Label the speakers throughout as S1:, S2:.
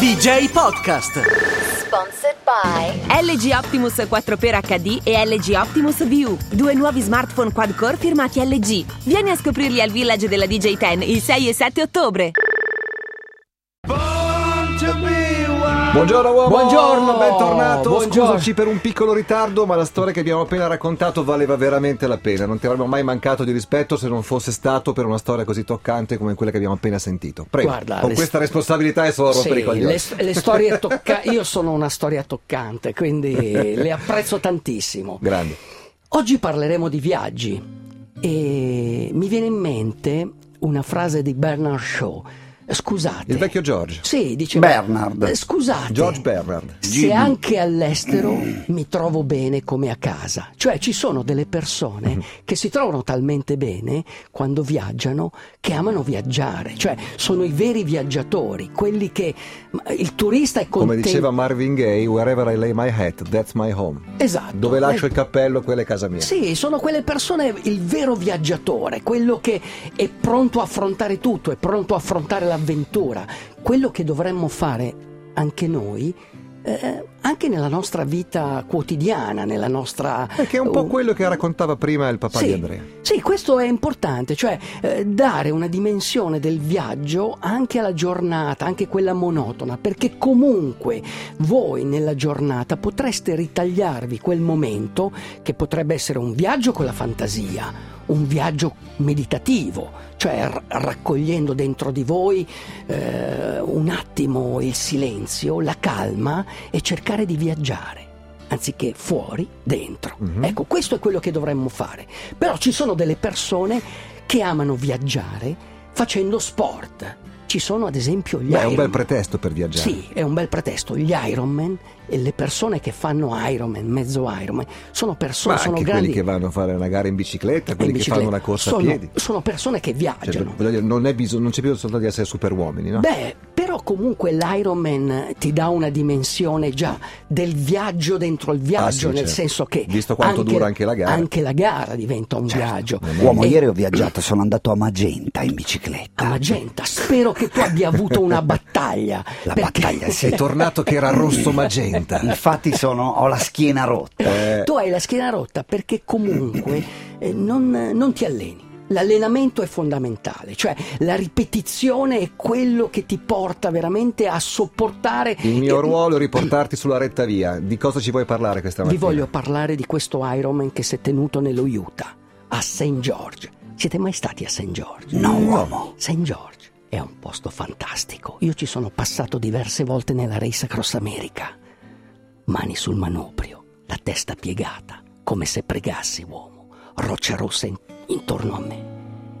S1: DJ Podcast.
S2: Sponsored by
S3: LG Optimus 4x HD e LG Optimus View, due nuovi smartphone quad-core firmati LG. Vieni a scoprirli al Village della DJ10 il 6 e 7 ottobre.
S4: Buongiorno uomo!
S5: Buongiorno!
S4: bentornato.
S5: Buongiorno.
S4: Scusaci per un piccolo ritardo, ma la storia che abbiamo appena raccontato valeva veramente la pena. Non ti avremmo mai mancato di rispetto se non fosse stato per una storia così toccante come quella che abbiamo appena sentito. Prego,
S5: Guarda,
S4: con
S5: le-
S4: questa responsabilità è solo
S5: Sì,
S4: rompere i coglioni.
S5: le, le storie toccanti. Io sono una storia toccante, quindi le apprezzo tantissimo.
S4: Grande.
S5: Oggi parleremo di viaggi e mi viene in mente una frase di Bernard Shaw. Scusate.
S4: Il vecchio George.
S5: Sì, diceva
S6: Bernard.
S5: "Eh, Scusate.
S4: George Bernard.
S5: Se anche all'estero mi trovo bene come a casa. Cioè ci sono delle
S4: Mm-hmm.
S5: persone che si trovano talmente bene quando viaggiano che amano viaggiare. Cioè sono i veri viaggiatori, quelli che ma, il turista è contento.
S4: Come diceva Marvin Gaye, wherever I lay my hat, that's my home.
S5: Esatto.
S4: Dove lascio
S5: Eh,
S4: il cappello, quella è casa mia.
S5: Sì, sono quelle persone, il vero viaggiatore, quello che è pronto a affrontare tutto, è pronto a affrontare l'avventura, quello che dovremmo fare anche noi, eh, anche nella nostra vita quotidiana, nella nostra...
S4: Perché è un po'
S5: eh,
S4: quello che raccontava prima il papà
S5: sì,
S4: di Andrea.
S5: Sì, questo è importante, cioè eh, dare una dimensione del viaggio anche alla giornata, anche quella monotona, perché comunque voi nella giornata potreste ritagliarvi quel momento che potrebbe essere un viaggio con la fantasia, un viaggio meditativo, cioè r- raccogliendo dentro di voi eh, un attimo il silenzio, la calma e cercare di viaggiare anziché fuori, dentro.
S4: Mhm.
S5: Ecco, questo è quello che dovremmo fare. Però ci sono delle persone che amano viaggiare facendo sport. Ci sono ad esempio gli
S4: Beh, è un bel
S5: Ironman.
S4: pretesto per viaggiare.
S5: Sì, è un bel pretesto. Gli Ironman e le persone che fanno Ironman, mezzo Ironman, sono persone,
S4: Ma
S5: sono
S4: anche
S5: grandi.
S4: quelli che vanno a fare una gara in bicicletta, quelli
S5: in
S4: che fanno
S5: bicicletta.
S4: una corsa
S5: sono,
S4: a piedi.
S5: sono persone che
S4: Cioè,
S5: viaggiano.
S4: voglio dire, non, è bisogno- non c'è bisogno soltanto di essere super uomini, no?
S5: Beh, però comunque l'Ironman ti dà una dimensione già del viaggio dentro il viaggio,
S4: Ah, sì,
S5: nel
S4: certo.
S5: senso che...
S4: Visto quanto dura anche la gara. Certo.
S5: Anche la gara diventa un viaggio.
S6: Uomo,
S5: E-
S6: ieri ho viaggiato, sono andato a Magenta in
S5: A
S6: bicicletta.
S4: Certo.
S5: Magenta, spero che tu abbia avuto una battaglia.
S6: La
S5: perché-
S6: battaglia, sì.
S4: È tornato che era rosso magenta.
S6: Infatti sono, ho la schiena rotta.
S4: Eh,
S5: Tu hai la schiena rotta perché comunque eh, non, non ti alleni. L'allenamento è fondamentale, cioè la ripetizione è quello che ti porta veramente a sopportare Eh,
S4: il mio
S5: e-
S4: ruolo è riportarti sulla retta via. Di cosa ci vuoi parlare questa mattina?
S5: Vi voglio parlare di questo Ironman che si è tenuto nello Utah, a St. George. Siete mai stati a St. George?
S6: No, uomo.
S5: St. George è un posto fantastico. Io ci sono passato diverse volte nella Race Cross America. Mani sul manubrio, la testa piegata, come se pregassi, uomo. Rocce rosse in- intorno a me.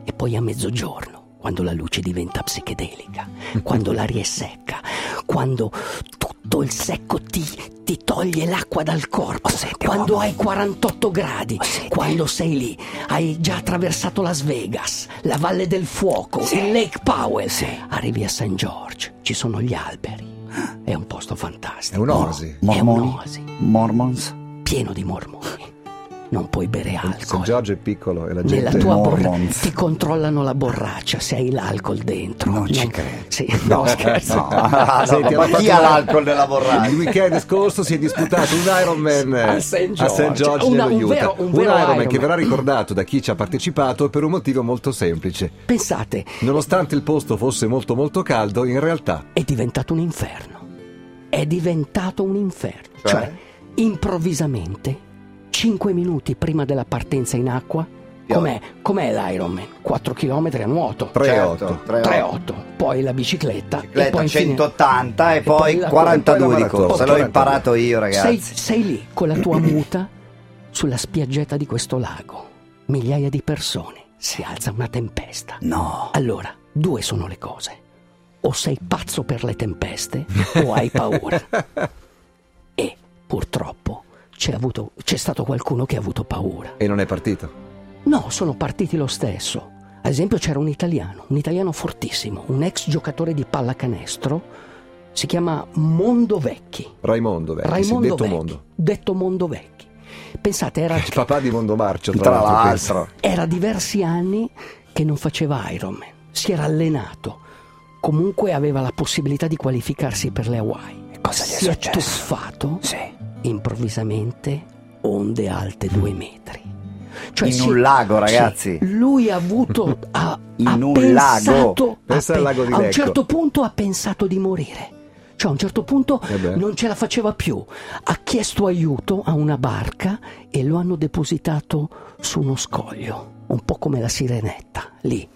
S5: E poi a mezzogiorno, quando la luce diventa psichedelica, quando l'aria è secca, quando tutto il secco ti, ti toglie l'acqua dal corpo, quando hai 48 gradi, quando sei lì, hai già attraversato Las Vegas, la Valle del Fuoco, il Lake Powell, arrivi a St. George, ci sono gli alberi, è un posto fantastico.
S4: È un'osi.
S5: È
S6: Mormoni?
S5: un'oasi,
S6: Mormons?
S5: pieno di mormoni. Non puoi bere
S4: Se
S5: alcol.
S4: Giorgio è piccolo e la gente...
S5: Nella tua
S6: Mormons.
S5: borraccia ti controllano la borraccia se hai l'alcol dentro.
S6: Non ci credo.
S5: Sì, no, scherzo.
S6: No, Ah, no,
S4: Senti,
S6: ma
S4: hanno
S6: chi
S4: fatto-
S6: ha l'alcol nella
S4: Il
S6: borraccia?
S4: weekend scorso si è disputato un Ironman eh,
S5: A St. George. Cioè,
S4: a St. George
S5: Una-
S4: nello
S5: un
S4: Utah.
S5: vero- un vero
S4: Ironman che
S5: Ironman.
S4: verrà ricordato da chi ci ha partecipato per un motivo molto semplice.
S5: Pensate,
S4: Nonostante il posto fosse molto molto caldo, in realtà
S5: è diventato un inferno. È diventato un inferno. Cioè, improvvisamente, 5 minuti prima della partenza in acqua, com'è, com'è l'Ironman? 4 km a nuoto.
S4: 3-8.
S5: 3-8, poi la bicicletta, e
S6: Certo, Bicicletta
S5: poi infine-
S6: 180 e
S5: poi
S6: poi
S5: la-
S6: 42 di
S4: poi la
S6: corsa.
S4: maratona.
S6: L'ho imparato
S5: Sei,
S6: io, ragazzi.
S5: sei lì con la tua muta sulla spiaggetta di questo lago. Migliaia di persone. Si alza una tempesta.
S6: No.
S5: Allora, due sono le cose. O sei pazzo per le tempeste o hai paura. e purtroppo c'è, avuto- c'è stato qualcuno che ha avuto paura.
S4: e non è partito.
S5: No, sono partiti lo stesso. Ad esempio c'era un italiano, un italiano fortissimo, un ex giocatore di pallacanestro. Si chiama Mondo Vecchi.
S4: Raimondo, Vecchi, sì,
S5: Raimondo
S4: detto
S5: Vecchi,
S4: mondo.
S5: detto Mondo Vecchi. Pensate, era,
S4: Il papà di Mondo Marcio, tra,
S6: Tra
S4: pensa.
S6: l'altro.
S5: era diversi anni che non faceva Ironman, si era allenato. comunque aveva la possibilità di qualificarsi per le Hawaii.
S6: Cosa gli è
S5: si è
S6: successo?
S5: tuffato
S6: Sì.
S5: improvvisamente onde alte due metri. Cioè,
S6: In un lago, ragazzi.
S5: sì, lui ha avuto. Ha,
S6: In
S5: ha
S6: un
S5: pensato,
S6: lago.
S5: ha
S4: Pensa al
S5: pe-
S4: lago di
S5: a un
S4: Lecco.
S5: certo punto ha pensato di morire. Cioè, a un certo punto
S4: Eh beh.
S5: non ce la faceva più. Ha chiesto aiuto a una barca e lo hanno depositato su uno scoglio, un po' come la sirenetta, lì,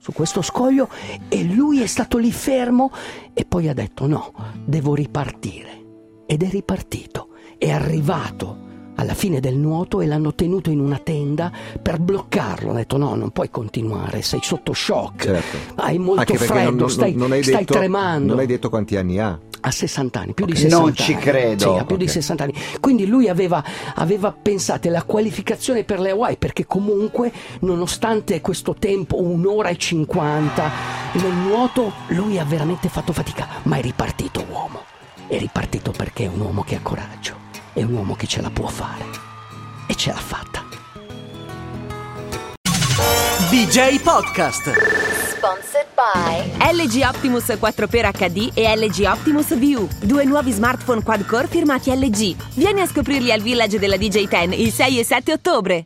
S5: su questo scoglio. E lui è stato lì fermo e poi ha detto: No, devo ripartire. Ed è ripartito. È arrivato alla fine del nuoto e l'hanno tenuto in una tenda per bloccarlo. Hanno detto: No, non puoi continuare, sei sotto shock.
S4: Certo.
S5: Hai molto
S4: Anche perché
S5: freddo,
S4: non, non-
S5: stai,
S4: non hai
S5: stai
S4: detto,
S5: tremando.
S4: Non hai detto quanti anni ha.
S5: Ha 60 anni, più di
S6: Ok.
S5: 60
S6: Non ci
S5: anni.
S6: credo.
S5: Sì, ha più di
S4: Ok.
S5: 60 anni. Quindi lui aveva, aveva pensato la qualificazione per le Hawaii, perché comunque, nonostante questo tempo, un'ora e 50 nel nuoto, lui ha veramente fatto fatica. Ma è ripartito uomo. È ripartito perché è un uomo che ha coraggio. È un uomo che ce la può fare. E ce l'ha fatta.
S1: DJ Podcast.
S2: Sponsored by
S3: LG Optimus 4x HD e LG Optimus View, due nuovi smartphone quad-core firmati LG. Vieni a scoprirli al Village della DJ Ten il 6 e 7 ottobre.